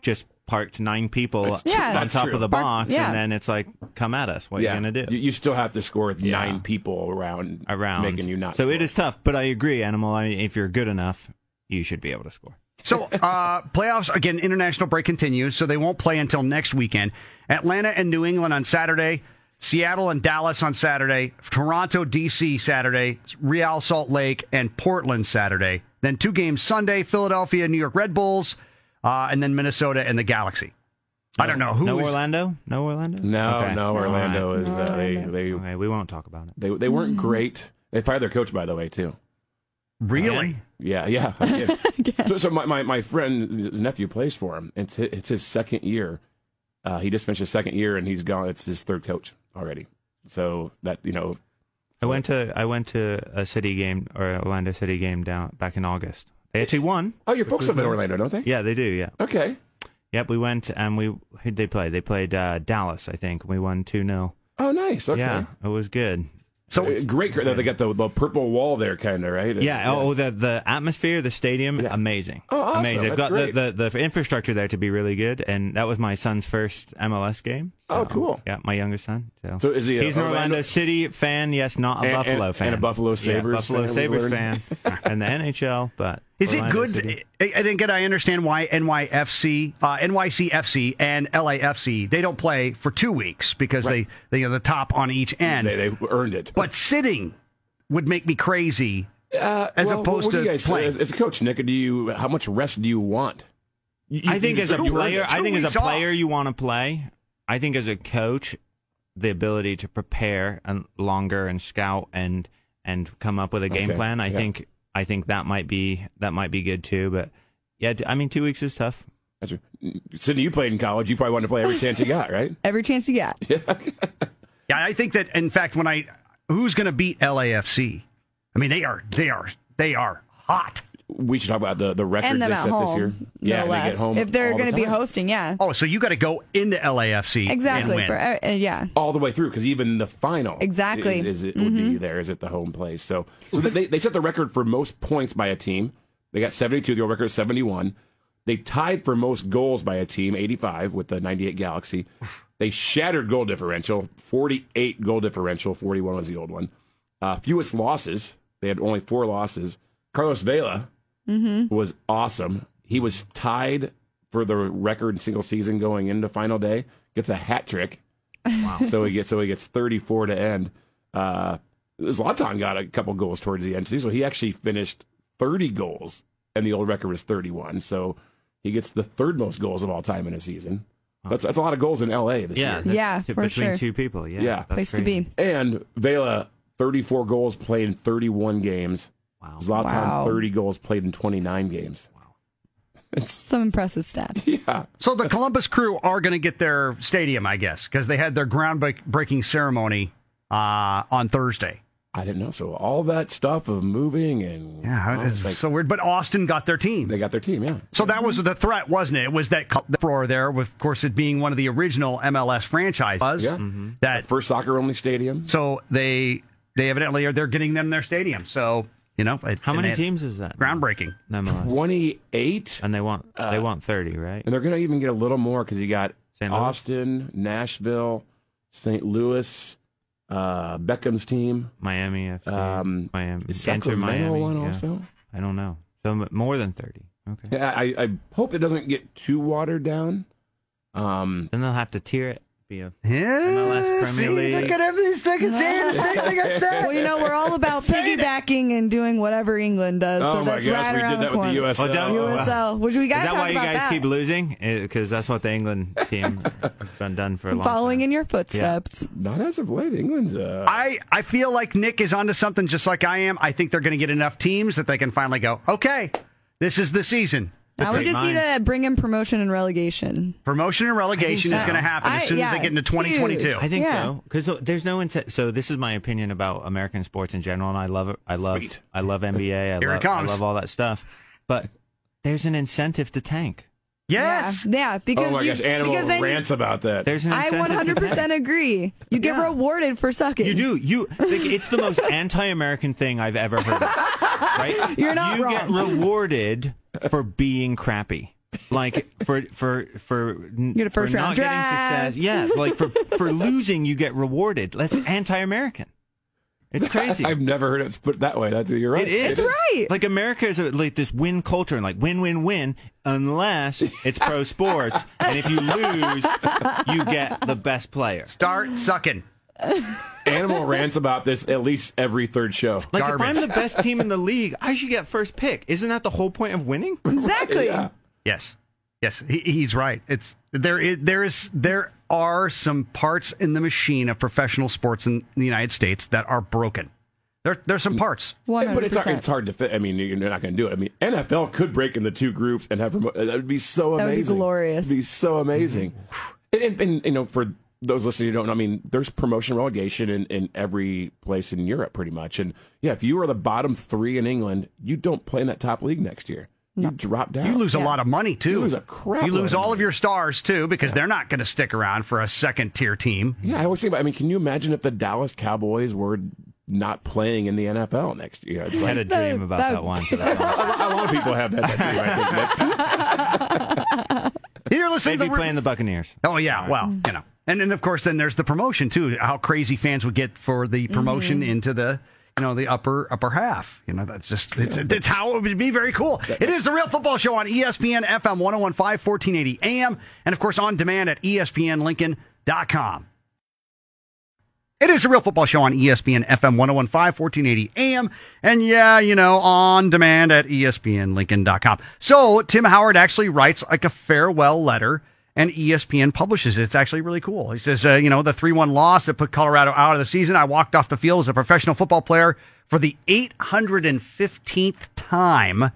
F: Just parked nine people
D: That's
E: true. Yeah.
F: on
D: That's
F: top
D: true.
F: of the
E: Park-
F: box,
E: yeah.
F: and then it's like, come at us. What are you gonna do?
D: You, you still have to score with
F: Yeah.
D: nine people around,
F: Around
D: making you not.
F: So
D: score.
F: it is tough, but I agree, animal. I mean, if you're good enough, you should be able to score.
C: So uh, playoffs again. International break continues, so they won't play until next weekend. Atlanta and New England on Saturday. Seattle and Dallas on Saturday. Toronto, D.C. Saturday. Real Salt Lake and Portland Saturday. Then two games Sunday: Philadelphia, New York Red Bulls, uh, and then Minnesota and the Galaxy. I don't know who
F: no
C: is-
F: Orlando. No Orlando.
D: No,
F: Okay.
D: no, Orlando
F: All
D: is uh, they, they
F: right. Okay, we won't talk about it.
D: they they weren't
E: Mm-hmm.
D: great. They fired their coach, by the way, too.
C: really.
D: Yeah, yeah. I did. so, so my, my, my friend, his nephew plays for him. It's his, it's his second year. Uh, he just finished his second year, and he's gone. It's his third coach already. So that you know,
F: I went to I went to a city game or Orlando City game down back in August. They actually won.
D: oh, your folks live in Orlando, don't they?
F: Yeah, they do. Yeah.
D: Okay.
F: Yep, we went and we who'd they play? They played uh, Dallas, I think. We won two 0
D: Oh, nice. Okay.
F: Yeah, it was good.
D: So uh, great that they got the, the purple wall there, kind of right.
F: Yeah. Oh, the the atmosphere, the stadium, amazing.
D: Oh, awesome.
F: Amazing. They've
D: That's
F: got
D: great.
F: The, the the infrastructure there to be really good, and that was my son's first MLS game.
D: Oh, cool.
F: Yeah, my youngest son. So,
D: So is he a
F: He's an Orlando,
D: Orlando-
F: City fan. Yes, not a
D: And- and-
F: Buffalo
D: and
F: fan.
D: a Buffalo
F: Yeah,
D: Sabres
F: Buffalo
D: fan, we
F: Sabres
D: learned.
F: fan, and the NHL. But
C: Is it
F: Orlando
C: good?
F: City.
C: I, I didn't get. I understand why NYFC, uh, NYCFC, and LAFC they don't play for two weeks because they they are the top on each end.
D: They, they earned it.
C: but sitting would make me crazy.
D: uh,
C: as
D: well,
C: opposed
D: what do
C: to
D: you guys,
C: playing.
D: As, as a coach, Nick, do you how much rest do you want? You- you-
F: I think
D: you
F: as a
D: said you earned
F: player,
D: it.
F: I
C: Two
F: think as
C: weeks
F: a
C: off.
F: player you want to play. I think as a coach, the ability to prepare and longer and scout and and come up with a game
D: Okay,
F: plan. I
D: yeah.
F: think I think that might be that might be good too. But yeah, t- I mean, two weeks is tough.
D: That's right. Sydney, you played in college. You probably wanted to play every chance you got, right?
E: Every chance you got.
C: Yeah, I think that in fact, when I who's going to beat LAFC? I mean, they are they are they are hot.
D: We should talk about the the records
E: And them
D: they
E: at
D: set this year.
E: home. No
D: yeah, and
E: less.
D: they get home
E: if they're
D: all the
E: going to be
D: time.
E: hosting, yeah.
C: Oh, so you got to go into LAFC
E: Exactly.
C: and
E: For,
C: win.
E: uh, uh, yeah.
D: all the way through because even the final
E: Exactly. Mm-hmm.
D: is, is it would be there is at the home place. So, so they they set the record for most points by a team. They got seventy two. The old record is seventy one. They tied for most goals by a team, eighty five with the ninety eight Galaxy. They shattered goal differential, forty eight goal differential, forty one was the old one. Uh, fewest losses. They had only four losses. Carlos Vela was awesome. He was tied for the record single season going into final day. Gets a hat trick. so he gets so he gets 34 to end. Uh, Zlatan got a couple goals towards the end, too, so he actually finished 30 goals, and the old record was 31. So he gets the third most goals of all time in a season. That's that's a lot of goals in LA this
F: Yeah,
D: year.
F: that's
E: Yeah,
F: t-
E: for
F: between
E: sure.
F: two people. Yeah,
D: Yeah.
F: that's
E: Place to
F: crazy.
E: be.
D: And Vela 34 goals played in 31 games.
F: Wow.
D: Zlatan
E: Wow.
D: 30 goals played in 29 games.
E: Some impressive stats.
D: Yeah.
C: So the Columbus Crew are going to get their stadium, I guess, because they had their groundbreaking ceremony uh, on Thursday.
D: I didn't know. So all that stuff of moving and
C: Yeah,
D: Oh,
C: it's
D: like,
C: so weird. But Austin got their team.
D: they got their team. Yeah,
C: So that was the threat, wasn't it? It was that uproar there, with, of course, it being one of the original MLS franchises.
D: Yeah.
F: Mm-hmm.
C: That
D: first soccer only stadium.
C: so they they evidently are they're getting them their stadium. So you know it-
F: How
C: and
F: many
C: it-
F: teams is that?
C: Groundbreaking.
F: No, MLS.
D: Twenty eight,
F: And they want
D: Uh,
F: they want thirty, right?
D: and they're gonna even get a little more because you got
F: St. Louis?
D: Austin, Nashville, St. Louis, uh, Beckham's team.
F: Miami FC.
D: Um,
F: Miami.
D: is
F: Enter
D: Sacramento
F: Miami.
D: one
F: yeah.
D: also?
F: I don't know. So m- more than thirty. Okay.
D: Yeah, I, I hope it doesn't get too watered down. Um,
F: Then they'll have to tier it. Be a MLS
C: Yeah,
F: Premier
C: see,
F: League.
C: look at everybody's thinking saying the same thing I said.
E: Well, you know, we're all about piggybacking and doing whatever England does.
D: oh
E: so
D: my
E: that's
D: gosh,
E: right
D: we
E: around
D: did that
E: the corner.
D: with the
F: Oh, don't-
D: USL.
E: USL, which we got
F: Is
E: to
F: that
E: talk
F: why you
E: about
F: guys
E: that.
F: keep losing? Because that's what the England team has been done for a long
E: following
F: time.
E: in your footsteps.
D: Not as of late. England's. Uh,
C: I, I feel like Nick is onto something just like I am. I think they're going to get enough teams that they can finally go, okay, this is the season.
E: Now we
F: Take
E: just need
F: mine.
E: to bring in promotion and relegation.
C: Promotion and relegation
F: I
C: is
F: think so.
C: going to happen as
E: I-
C: soon as they
E: yeah,
C: get into
E: huge.
C: 2022.
F: I think
E: Yeah.
F: so because there's no incentive. So this is my opinion about American sports in general, and I love it. I love
D: Sweet.
F: I love NBA. I,
C: Here it
F: love,
C: comes.
F: I love all that stuff. But there's an incentive to tank.
C: yes.
E: Yeah, yeah because
D: oh my
E: you,
D: gosh, animal
E: because then you-
D: rants about that.
F: There's an
E: I
F: incentive.
E: 100
F: to tank.
E: percent agree. You get
F: Yeah.
E: rewarded for sucking.
F: You do. You. Like, it's the most anti-American thing I've ever heard. Of, right?
E: You're not
F: You get
E: wrong.
F: rewarded for being crappy. Like for for for you
E: get a first
F: for
E: round
F: not
E: draft.
F: getting success. Yeah, like for for losing, you get rewarded. That's anti-American. It's crazy.
D: I've never heard it put that way. That's you're right.
F: It is.
E: It's right.
F: Like America is a, like this win culture and like win win win unless it's pro sports and if you lose you get the best player.
C: Start sucking.
D: Animal rants about this at least every third show.
F: Like
C: Garbage.
F: if I'm the best team in the league, I should get first pick. Isn't that the whole point of winning?
E: exactly.
D: Yeah.
C: Yes. Yes, he, he's right. It's there is there is there are some parts in the machine of professional sports in the United States that are broken. There there's some parts.
E: 100%.
D: But it's hard, it's hard to fit. I mean, you're not going to do it. I mean, NFL could break into two groups and have remote. That would be so
E: That would be
D: amazing.
E: glorious.
D: It'd be so amazing. And, and, and, you know, for those listening who don't know, I mean, there's promotion relegation in, in every place in Europe, pretty much. And yeah, if you are the bottom three in England, you don't play in that top league next year. You drop down.
C: You lose a
E: Yeah.
C: lot of money too.
D: You lose a crap
C: You
D: load
C: lose
D: of
C: all of
D: money.
C: your stars too because they're not going to stick around for a second tier team.
D: Yeah, I always think about. I mean, can you imagine if the Dallas Cowboys were not playing in the NFL next year? It's
F: I
D: like
F: had a dream about
E: That-
F: that once. I'd
D: a lot a lot of people have that. that dream, I think, Nick.
C: You're listening
F: be
C: to the-
F: playing the Buccaneers.
C: Oh yeah, well, you know. And then of course then there's the promotion too. How crazy fans would get for the promotion into the you know the upper upper half. You know that's just it's, it's how it would be very cool. It is the Real Football Show on E ESPN FM 1015 1480 AM and of course on demand at E espnlincoln.com. It is the Real Football Show on E ESPN FM 1015 1480 AM and yeah, you know, on demand at E espnlincoln.com. So Tim Howard actually writes like a farewell letter and E ESPN publishes it. It's actually really cool. He says, uh, you know, the 3-1 loss that put Colorado out of the season. I walked off the field as a professional football player for the 815th time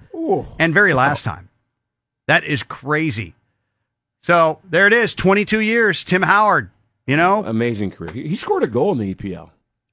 C: and very last time. That is crazy. So there it is. 22 years, Tim Howard, you know,
D: Amazing career. He, he scored a goal in the EPL.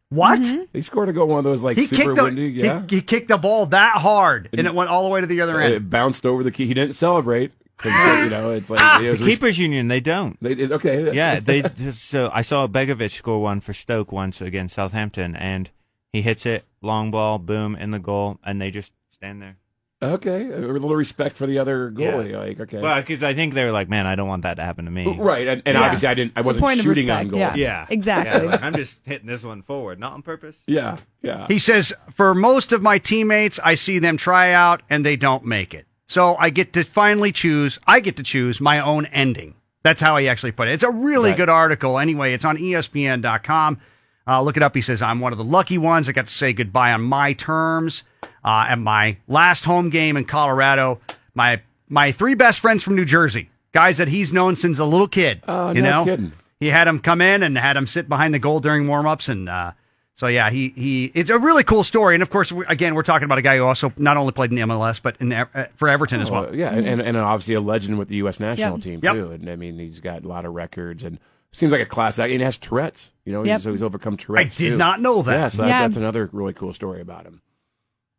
C: what?
D: He scored a goal one of those like
C: he
D: super
C: kicked the
D: windy.
C: he-
D: Yeah,
C: he, kicked the ball that hard, and, it went all the way to the other end.
D: it bounced over the key. He didn't celebrate. 'cause, you know, it's like it was
F: The
D: res-
F: keepers union, they don't.
D: they- it's- okay. that's-
F: yeah, they. So I saw Begovic score one for Stoke once against Southampton, and he hits it long ball, boom, in the goal, and they just stand there.
D: okay. A little respect for the other
F: Yeah.
D: goalie. Like okay.
F: Well, because I think they were like, man, I don't want that to happen to me.
D: right, and, and
E: Yeah.
D: obviously I didn't. I
E: It's a
D: wasn't
E: point of
D: shooting on
E: respect,
D: goal.
E: yeah.
F: Yeah.
E: Exactly.
F: Yeah, like, I'm just hitting this one forward, not on purpose.
D: yeah, yeah.
C: He says, "For most of my teammates, I see them try out and they don't make it. So I get to finally choose. I get to choose my own ending." That's how he actually put it. It's a really
D: Right.
C: good article. Anyway, it's on E ESPN.com. Uh, look it up. He says, "I'm one of the lucky ones. I got to say goodbye on my terms uh, at my last home game in Colorado. My my three best friends from New Jersey, guys that he's known since a little kid.
D: Oh,
C: you
D: no
C: know,
D: kidding.
C: he had him come in and had him sit behind the goal during warm-ups and uh, so yeah he, he it's a really cool story and of course we, again we're talking about a guy who also not only played in the mls but in uh, for everton as
D: Well,
C: well
D: yeah, and, and and obviously a legend with the U.S. national
E: mm-hmm.
D: team
E: Yep.
C: Yep.
D: too. And I mean, he's got a lot of records, and seems like a class act. And he has Tourette's, you know,
E: Yep.
D: so he's overcome Tourette's.
C: did
D: too.
C: not know that.
D: Yeah, so that-
E: Yeah.
D: that's another really cool story about him.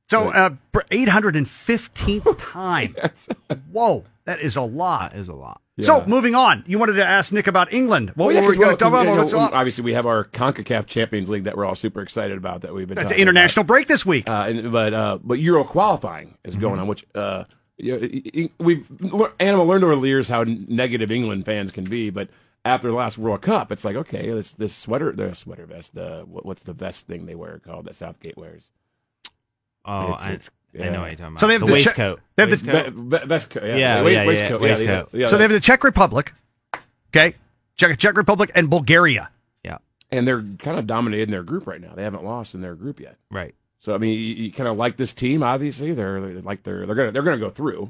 C: So, uh, 815th time. Whoa, that is a lot.
F: That is a lot.
C: So,
D: Yeah.
C: moving on, you wanted to ask Nick about England. What
D: Well, yeah,
C: were we
D: 'cause,
C: going
D: well,
C: to talk
D: 'cause,
C: about?
D: you
C: What's
D: know,
C: up?
D: Obviously, we have our CONCACAF Champions League that we're all super excited about that we've been
C: That's the
D: talking
C: international break this week.
D: about. Uh, and, but uh, but Euro qualifying is going
F: Mm-hmm.
D: on, which uh, you know, e- e- we've lear- animal learned over the years how n- negative England fans can be. But after the last World Cup, it's like okay, this this sweater, the sweater vest, the what, what's the vest thing they wear called that Southgate wears?
F: Oh,
D: It's-
F: I,
D: it's-
F: I
D: yeah.
F: know what you're talking about.
C: So they have
F: the,
C: the che-
F: waistcoat.
C: they have the-
F: Waistcoat.
D: Ve- ve- vest coat, yeah,
F: Yeah,
D: wa-
F: yeah, yeah,
D: waistcoat, yeah,
F: waistcoat.
D: yeah, yeah.
C: so they have the Czech Republic, okay? Czech, Czech Republic and Bulgaria.
F: yeah,
D: and they're kind of dominating their group right now. They haven't lost in their group yet.
F: right.
D: So I mean, you, you kind of like this team. Obviously, they're, they're like they're they're gonna they're gonna go through.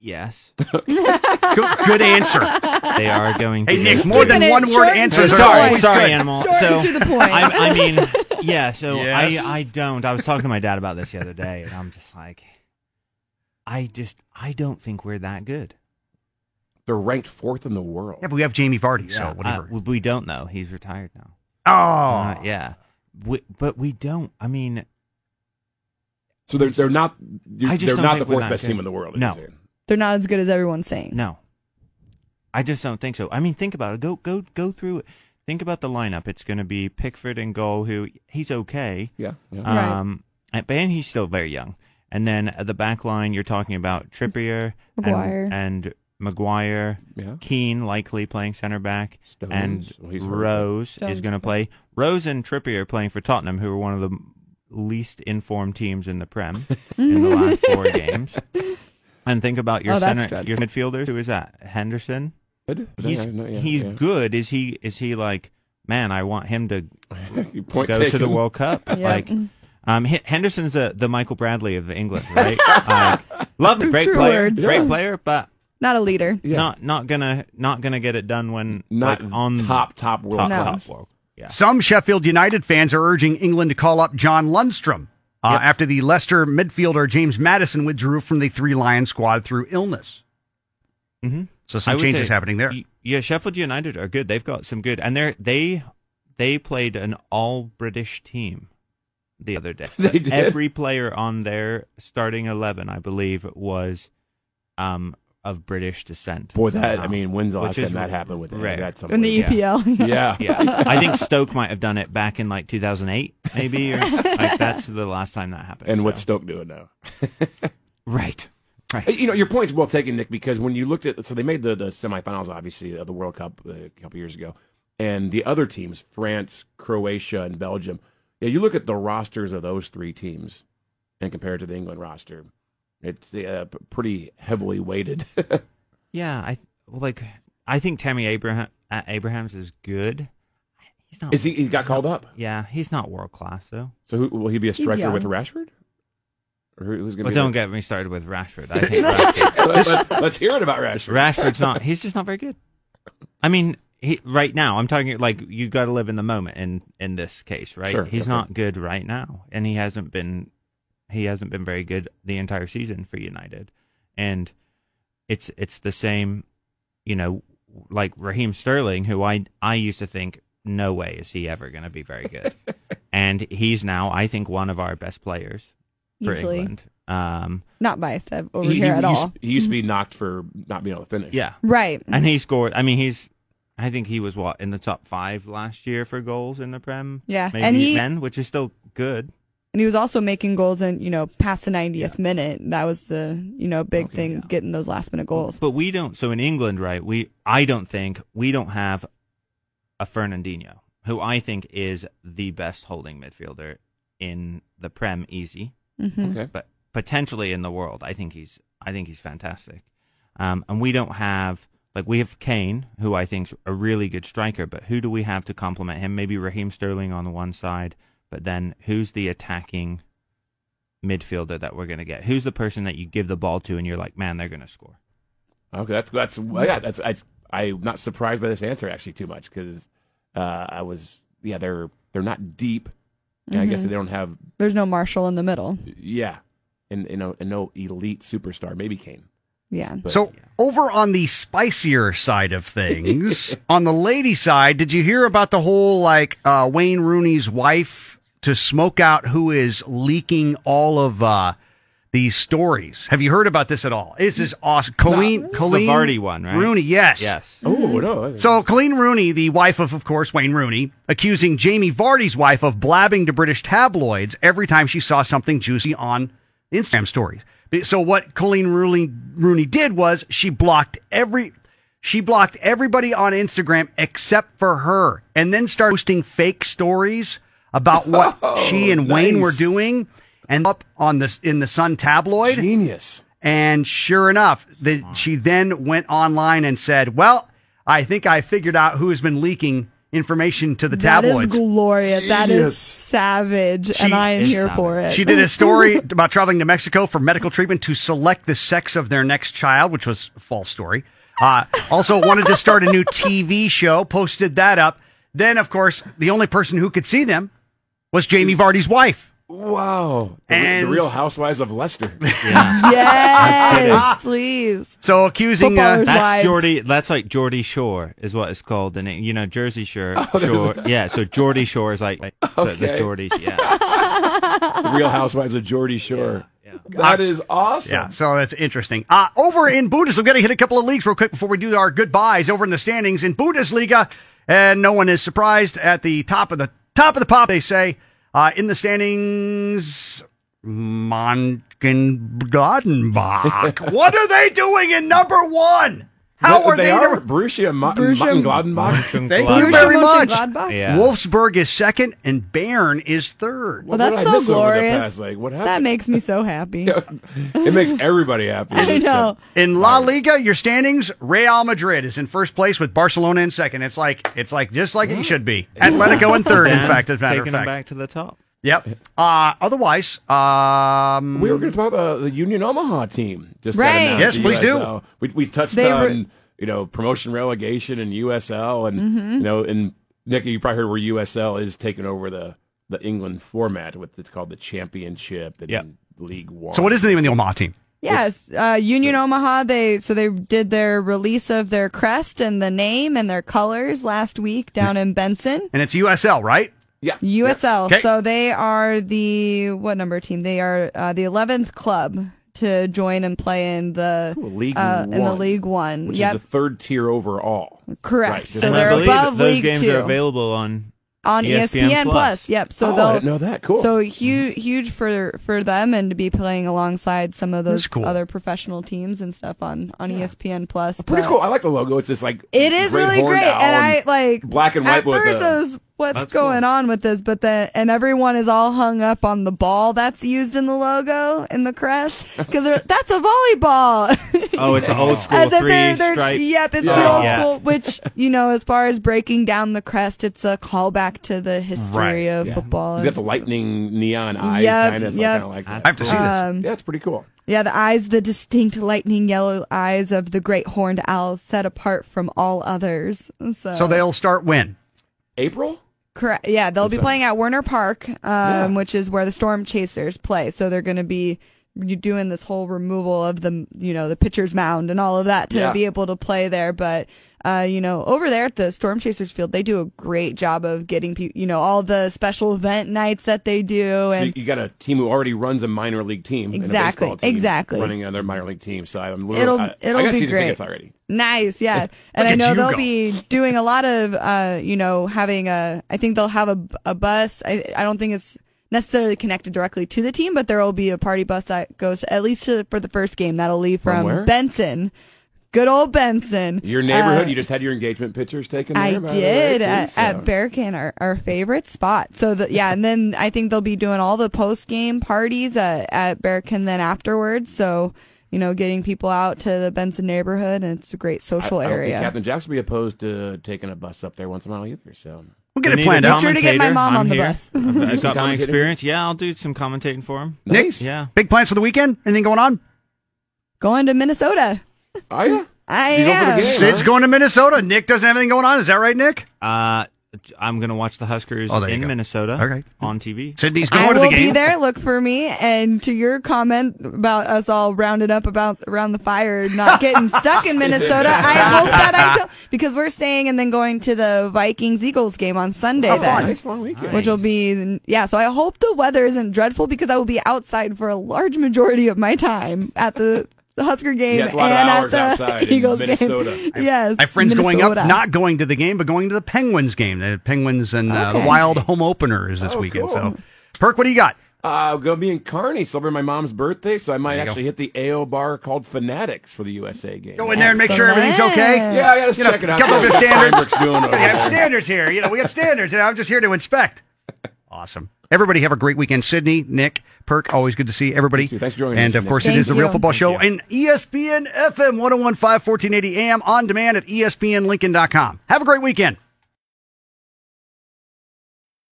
F: Yes,
C: Good, good answer.
F: they are going to.
C: Hey, Nick,
F: go
C: more than
E: Minute,
C: one word
E: short-
C: answers. are
F: sorry,
C: always
F: sorry,
C: good.
F: animal.
E: Short and
F: so
E: to the point.
F: I, I mean, yeah. So
C: Yes.
F: I, I don't. I was talking to my dad about this the other day, and I'm just like, I just, I don't think we're that good.
D: They're ranked fourth in the world.
C: Yeah, but we have Jamie Vardy,
F: Yeah,
C: so whatever.
F: I- we- we don't know. He's retired now.
C: oh,
F: Uh, yeah. We, but we don't. I mean,
D: So they're they're not
F: I just
D: they're
F: don't
D: not the
F: think we're
D: fourth
F: not
D: best
F: good.
D: team in the world. is
F: No.
D: what you're saying.
E: They're not as good as everyone's saying.
F: no. I just don't think so. I mean, think about it. Go, go, go through it. Think about the lineup. It's going to be Pickford and goal. Who he's okay.
D: yeah. yeah.
E: Right.
F: Um, and- but and he's still very young. And then at the back line, you're talking about Trippier and-
E: Maguire.
F: and, Maguire,
D: Yeah.
F: Keane likely playing center back,
D: Stones.
F: and
D: Well, he's hurt.
F: Rose
E: Stones.
F: is going to play. Rose and Trippier playing for Tottenham, who are one of the least informed teams in the Prem in the last four games. And think about your
E: Oh, that's
F: center,
E: dreadful.
F: your midfielders. Who is that? Henderson.
D: Good.
F: He's
D: Yeah, yeah,
F: he's
D: yeah.
F: good. Is he is he like man? I want him to
D: Point
F: go to the
D: taken.
F: World Cup.
E: Yeah.
F: Like, um, H- Henderson's the, the Michael Bradley of England, right? uh, love the great
E: True
F: player,
E: words.
F: great
E: Yeah.
F: player, but
E: Not a leader.
D: Yeah.
F: not not gonna not gonna get it done when
D: Not
F: like, on
D: top top world
F: top,
E: No.
F: top
D: class.
F: world. Yeah,
C: Some Sheffield United fans are urging England to call up John Lundstrom uh,
F: Yep.
C: after the Leicester midfielder James Madison withdrew from the Three Lion squad through illness.
F: mm-hmm.
C: So some changes happening there.
F: Yeah, Sheffield United are good. They've got some good, and they are they they played an all British team the other day.
D: They did.
F: Every player on their starting eleven, I believe, was um of British descent.
D: Boy, that I
F: Um,
D: mean, when's the
F: which
D: last
F: is
D: time that happened with
F: rare.
D: That's
E: In the E
D: unbelievable.
E: EPL.
D: Yeah.
F: Yeah, I think Stoke might have done it back in like 2008, maybe. Or, like that's the last time that happened.
D: And
F: so.
D: what's Stoke doing now?
F: right?
D: Hey,
F: Right.
D: Uh, You know, your point's well taken, Nick, because when you looked at, so they made the, the semifinals, obviously, of the World Cup uh, a couple years ago, and the other teams, France, Croatia, and Belgium, yeah, you look at the rosters of those three teams and compare it to the England roster, it's uh, p- pretty heavily weighted.
F: Yeah, I th- well, like I think Tammy Abraham uh, Abrahams is good. He's not.
D: Is he, he got called up?
F: Yeah, he's not world class though.
D: So who, will he be a
E: He's
D: striker
E: young.
D: with Rashford? Or who- who's going to
F: But
D: be
F: don't
D: the-
F: get me started with Rashford. I think Rashford,
D: let's, let's hear it about Rashford.
F: Rashford's not. He's just not very good. I mean, he, right now I'm talking like you got to live in the moment. In in this case, right?
D: Sure,
F: he's
D: sure,
F: not good right now, and he hasn't been. He hasn't been very good the entire season for United, and it's it's the same. You know, like Raheem Sterling, who I I used to think no way is he ever going to be very good, and he's now I think one of our best players for
E: Easily.
F: England. Um,
E: Not biased of- over
D: He- he,
E: here at
D: he used-
E: all. Mm-hmm.
D: he used to be knocked for not being able to finish.
F: yeah,
E: Right.
F: and he scored. I mean, he's. I think he was what in the top five last year for goals in the Prem.
E: Yeah,
F: maybe
E: and he-
F: ten, which is still good.
E: And he was also making goals and, you know, past the 90th minute. That was the, you know, big thing, getting those last minute goals.
F: But we don't. So in England, right? We I don't think we don't have a Fernandinho, who I think is the best holding midfielder in the Prem, easy,
E: Mm-hmm. Hmm.
D: Okay.
F: but potentially in the world. I think he's. I think he's fantastic. Um, and we don't have like we have Kane, who I think's a really good striker, but who do we have to complement him? Maybe Raheem Sterling on the one side, but then who's the attacking midfielder that we're going to get? Who's the person that you give the ball to and you're like, man, they're going to score?
D: Okay, that's that's well, yeah. That's, that's I'm not surprised by this answer actually too much because uh, I was yeah they're they're not deep. And I guess
E: Mm-hmm.
D: they don't have
E: There's no Marshall in the middle.
D: yeah, and you know and no elite superstar maybe Kane.
E: Yeah.
D: But-
C: So over on the spicier side of things, on the lady side, did you hear about the whole like uh, Wayne Rooney's wife to smoke out who is leaking all of uh, these stories? Have you heard about this at all? This is awesome. Colleen,
F: This is the
C: Colleen
F: Vardy one, right?
C: Rooney, yes,
F: Yes.
D: Oh no!
C: So Colleen Rooney, the wife of, of course, Wayne Rooney, accusing Jamie Vardy's wife of blabbing to British tabloids every time she saw something juicy on Instagram stories. So what Colleen Rooney, Rooney did was she blocked every she blocked everybody on Instagram except for her, and then started posting fake stories about what she and Wayne
D: nice.
C: were doing, and up on this in the Sun tabloid.
D: genius.
C: And sure enough, the, she then went online and said, "Well, I think I figured out who has been leaking information to the
E: That is
C: tabloids."
E: glorious. That
D: Genius.
E: is savage,
C: She
E: and I am
F: is
E: here
F: savage.
E: for it.
C: she did a story about traveling to Mexico for medical treatment to select the sex of their next child, which was a false story. Uh, also wanted to start a new TV show, posted that up. Then, of course, the only person who could see them was Jamie Vardy's wife.
D: Wow. The, re-
C: And-
D: the Real Housewives of Leicester.
E: yes, please.
C: So accusing uh,
E: Footballers.
F: That's
E: Wives.
F: Geordie. That's like Geordie Shore is what it's called, and it, you know Jersey Shore.
C: Oh,
F: Shore yeah, so Geordie Shore is like, like so the
D: Okay.
F: Geordies. Yeah,
D: the Real Housewives of Geordie Shore. That is awesome.
C: Yeah, so that's interesting. Uh, over in Bundesliga, got to hit a couple of leagues real quick before we do our goodbyes. Over in the standings in Bundesliga, and no one is surprised at the top of the top of the pop. They say uh, in the standings, Mönchengladbach. what are they doing in number one? How
D: But
C: are they?
D: they are
C: number-
D: Borussia Mo-
E: Borussia-
D: Mönchengladbach.
C: Thank
F: Borussia
C: you very much.
E: Mönchengladbach?
F: Yeah.
C: Wolfsburg is second, and Bayern is third.
E: Well,
D: What
E: that's
D: did I
E: so
D: miss over the
E: glorious.
D: past, like, what
E: That
D: happened?
E: makes me so happy.
D: it makes everybody happy. uh,
E: I know.
C: In La Liga, your standings: Real Madrid is in first place with Barcelona in second. It's like it's like just like it should be. Atletico in third. in
F: And
C: fact, as a matter of
F: taking them
C: fact.
F: back to the top.
C: Yep. Uh, otherwise, um,
D: We were going to talk about uh, the Union Omaha team. Just got
E: Right.
D: announced,
C: Yes,
D: the
C: please do.
D: USL. uh, We, we touched
E: They were-
D: on you know promotion, relegation, and USL, and
E: Mm-hmm.
D: you know, and Nick, you probably heard where USL is taking over the the England format with it's called the Championship and
F: Yep.
D: League One.
C: so what is the name of the Omaha team?
E: Yes, uh, Union Omaha. They so they did their release of their crest and the name and their colors last week down in Benson.
C: And it's USL, right?
D: Yeah,
E: USL.
C: Okay.
E: So they are the what number team? They are uh, the eleventh club to join and play in the
D: Ooh, League
E: uh, in the
D: One,
E: League One.
D: which
E: yep,
D: is the third tier overall.
E: correct.
D: right.
E: So
D: And
F: And I
E: they're
F: believe
E: above
F: those
E: League
F: games
E: Two
F: are available on.
E: on
D: E
E: E ESPN,
F: ESPN+.
E: Plus. Yep. So
D: oh,
E: they'll
D: I didn't know that. Cool.
E: so huge huge for for them and to be playing alongside some of
C: That's
E: those
C: cool.
E: other professional teams and stuff on on E ESPN Plus.
D: pretty
E: but-
D: cool. I like the logo. It's just like
E: It is
D: great
E: really
D: horned
E: great,
D: owl
E: and I like
D: black and white
E: At
D: with
E: first,
D: the-
E: I was, what's
F: That's
E: going
F: cool.
E: on with this? But then, and everyone is all hung up on the ball that's used in the logo in the crest because that's a volleyball.
F: Oh, it's an old school
E: As if
F: 3
E: they're- they're-
F: stripe.
E: Yep, it's the
D: Yeah.
E: old
F: Yeah.
E: school. Which you know, as far as breaking down the crest, it's a callback to the
C: Right,
E: history of football.
D: He's got the lightning neon eyes,
E: Yep,
D: kind of.
E: yep.
D: Kind of like that.
C: I have to see this.
D: yeah, it's pretty cool.
E: Yeah, the eyes, the distinct lightning yellow eyes of the great horned owl, set apart from all others. So,
C: So they'll start when?
D: April.
E: Correct. Yeah, they'll be playing at Werner Park, um,
D: Yeah.
E: which is where the Storm Chasers play. So they're going to be you doing this whole removal of the you know the pitcher's mound and all of that to
D: Yeah.
E: be able to play there. But uh, you know over there at the Storm Chasers field, they do a great job of getting pe- you know all the special event nights that they do
D: So
E: and
D: you, you got a team who already runs a minor league team. and a
E: Exactly,
D: baseball team
E: exactly.
D: Running another minor league team. So I'm literally,
E: It'll-
D: I, I
E: it'll
D: gotta
E: be
D: see
E: great.
D: The tickets already.
E: Nice, yeah. and I
C: at
E: know
C: you
E: they'll
C: go.
E: be doing a lot of, uh, you know, having a. I think they'll have a, a bus. I I don't think it's necessarily connected directly to the team, but there will be a party bus that goes at least to, for the first game. That'll leave
D: From
E: from,
D: where?
E: Benson, good old Benson.
D: Your neighborhood.
E: Uh,
D: you just had your engagement pictures taken.
E: I
D: there, by the way,
E: did
D: too,
E: at,
D: so.
E: at Bear Can, our, our favorite spot. So the, yeah, and then I think they'll be doing all the post game parties uh, at Bear Can then afterwards. So you know, getting people out to the Benson neighborhood, and it's a great
D: I- I
E: social
D: don't think
E: area.
D: Captain Jack's will be opposed to taking a bus up there once in a while either. So
C: We'll get
F: They
C: it
F: need
C: planned
F: a
C: out.
E: Make sure to get my
F: commentator.
E: mom
F: I'm
E: on the
F: here.
E: bus.
F: I've, I've
D: some
F: got my
D: commentator?
F: experience. Yeah, I'll do some commentating for him.
C: Nick,
F: Yeah.
C: big plans for the weekend? Anything going on?
E: Going to Minnesota.
D: Oh yeah.
E: I
D: You go for the
E: am.
D: game?
C: Sid's going to Minnesota. Nick doesn't have anything going on. Is that right, Nick?
F: Uh, I'm going to watch the Huskers
C: Oh, there you
F: in
C: go.
F: Minnesota
C: Okay.
F: on TV.
C: Sydney's
E: I
C: going to
E: will
C: the game.
E: be there. Look for me. And to your comment about us all rounded up about around the fire, not getting stuck in Minnesota, I hope that I do because we're staying and then going to the Vikings Eagles game on Sunday. then.
D: Nice long weekend.
E: Which will be, yeah. So I hope the weather isn't dreadful because I will be outside for a large majority of my time at the Husker game
D: Yeah, it's a lot of
E: and
D: hours
E: at
D: outside
E: the
D: in
E: Eagles
D: Minnesota.
E: game. Yes.
C: I have friends going up,
E: Minnesota.
C: not going to the game, but going to the Penguins game. The Penguins and uh, the
E: Okay. Oh,
C: Wild home opener is this weekend. So, Perk, what do you got?
D: Uh, I'm gonna be in Kearney celebrating my mom's birthday, so I might
C: you go.
D: actually hit the AO bar called Fanatics for the USA game.
C: Go in there and make sure everything's okay.
E: Excellent.
D: Yeah, I gotta
C: You know,
D: check it out.
C: couple
D: see
C: of
D: what
C: standards.
D: Steinberg's doing over
C: We have
D: there.
C: standards here. You know, we have standards. You know, I'm just here to inspect. Awesome. Everybody have a great weekend. Sydney, Nick, Perk, always good to see everybody.
D: You too. Thanks for joining
C: And
D: us,
C: of
D: Nick.
C: course, it
E: Thank
C: is the Real
E: you.
C: Football Show E and oh E ESPN FM 1015 1480 AM on demand at ESPNLincoln.com. Have a great weekend.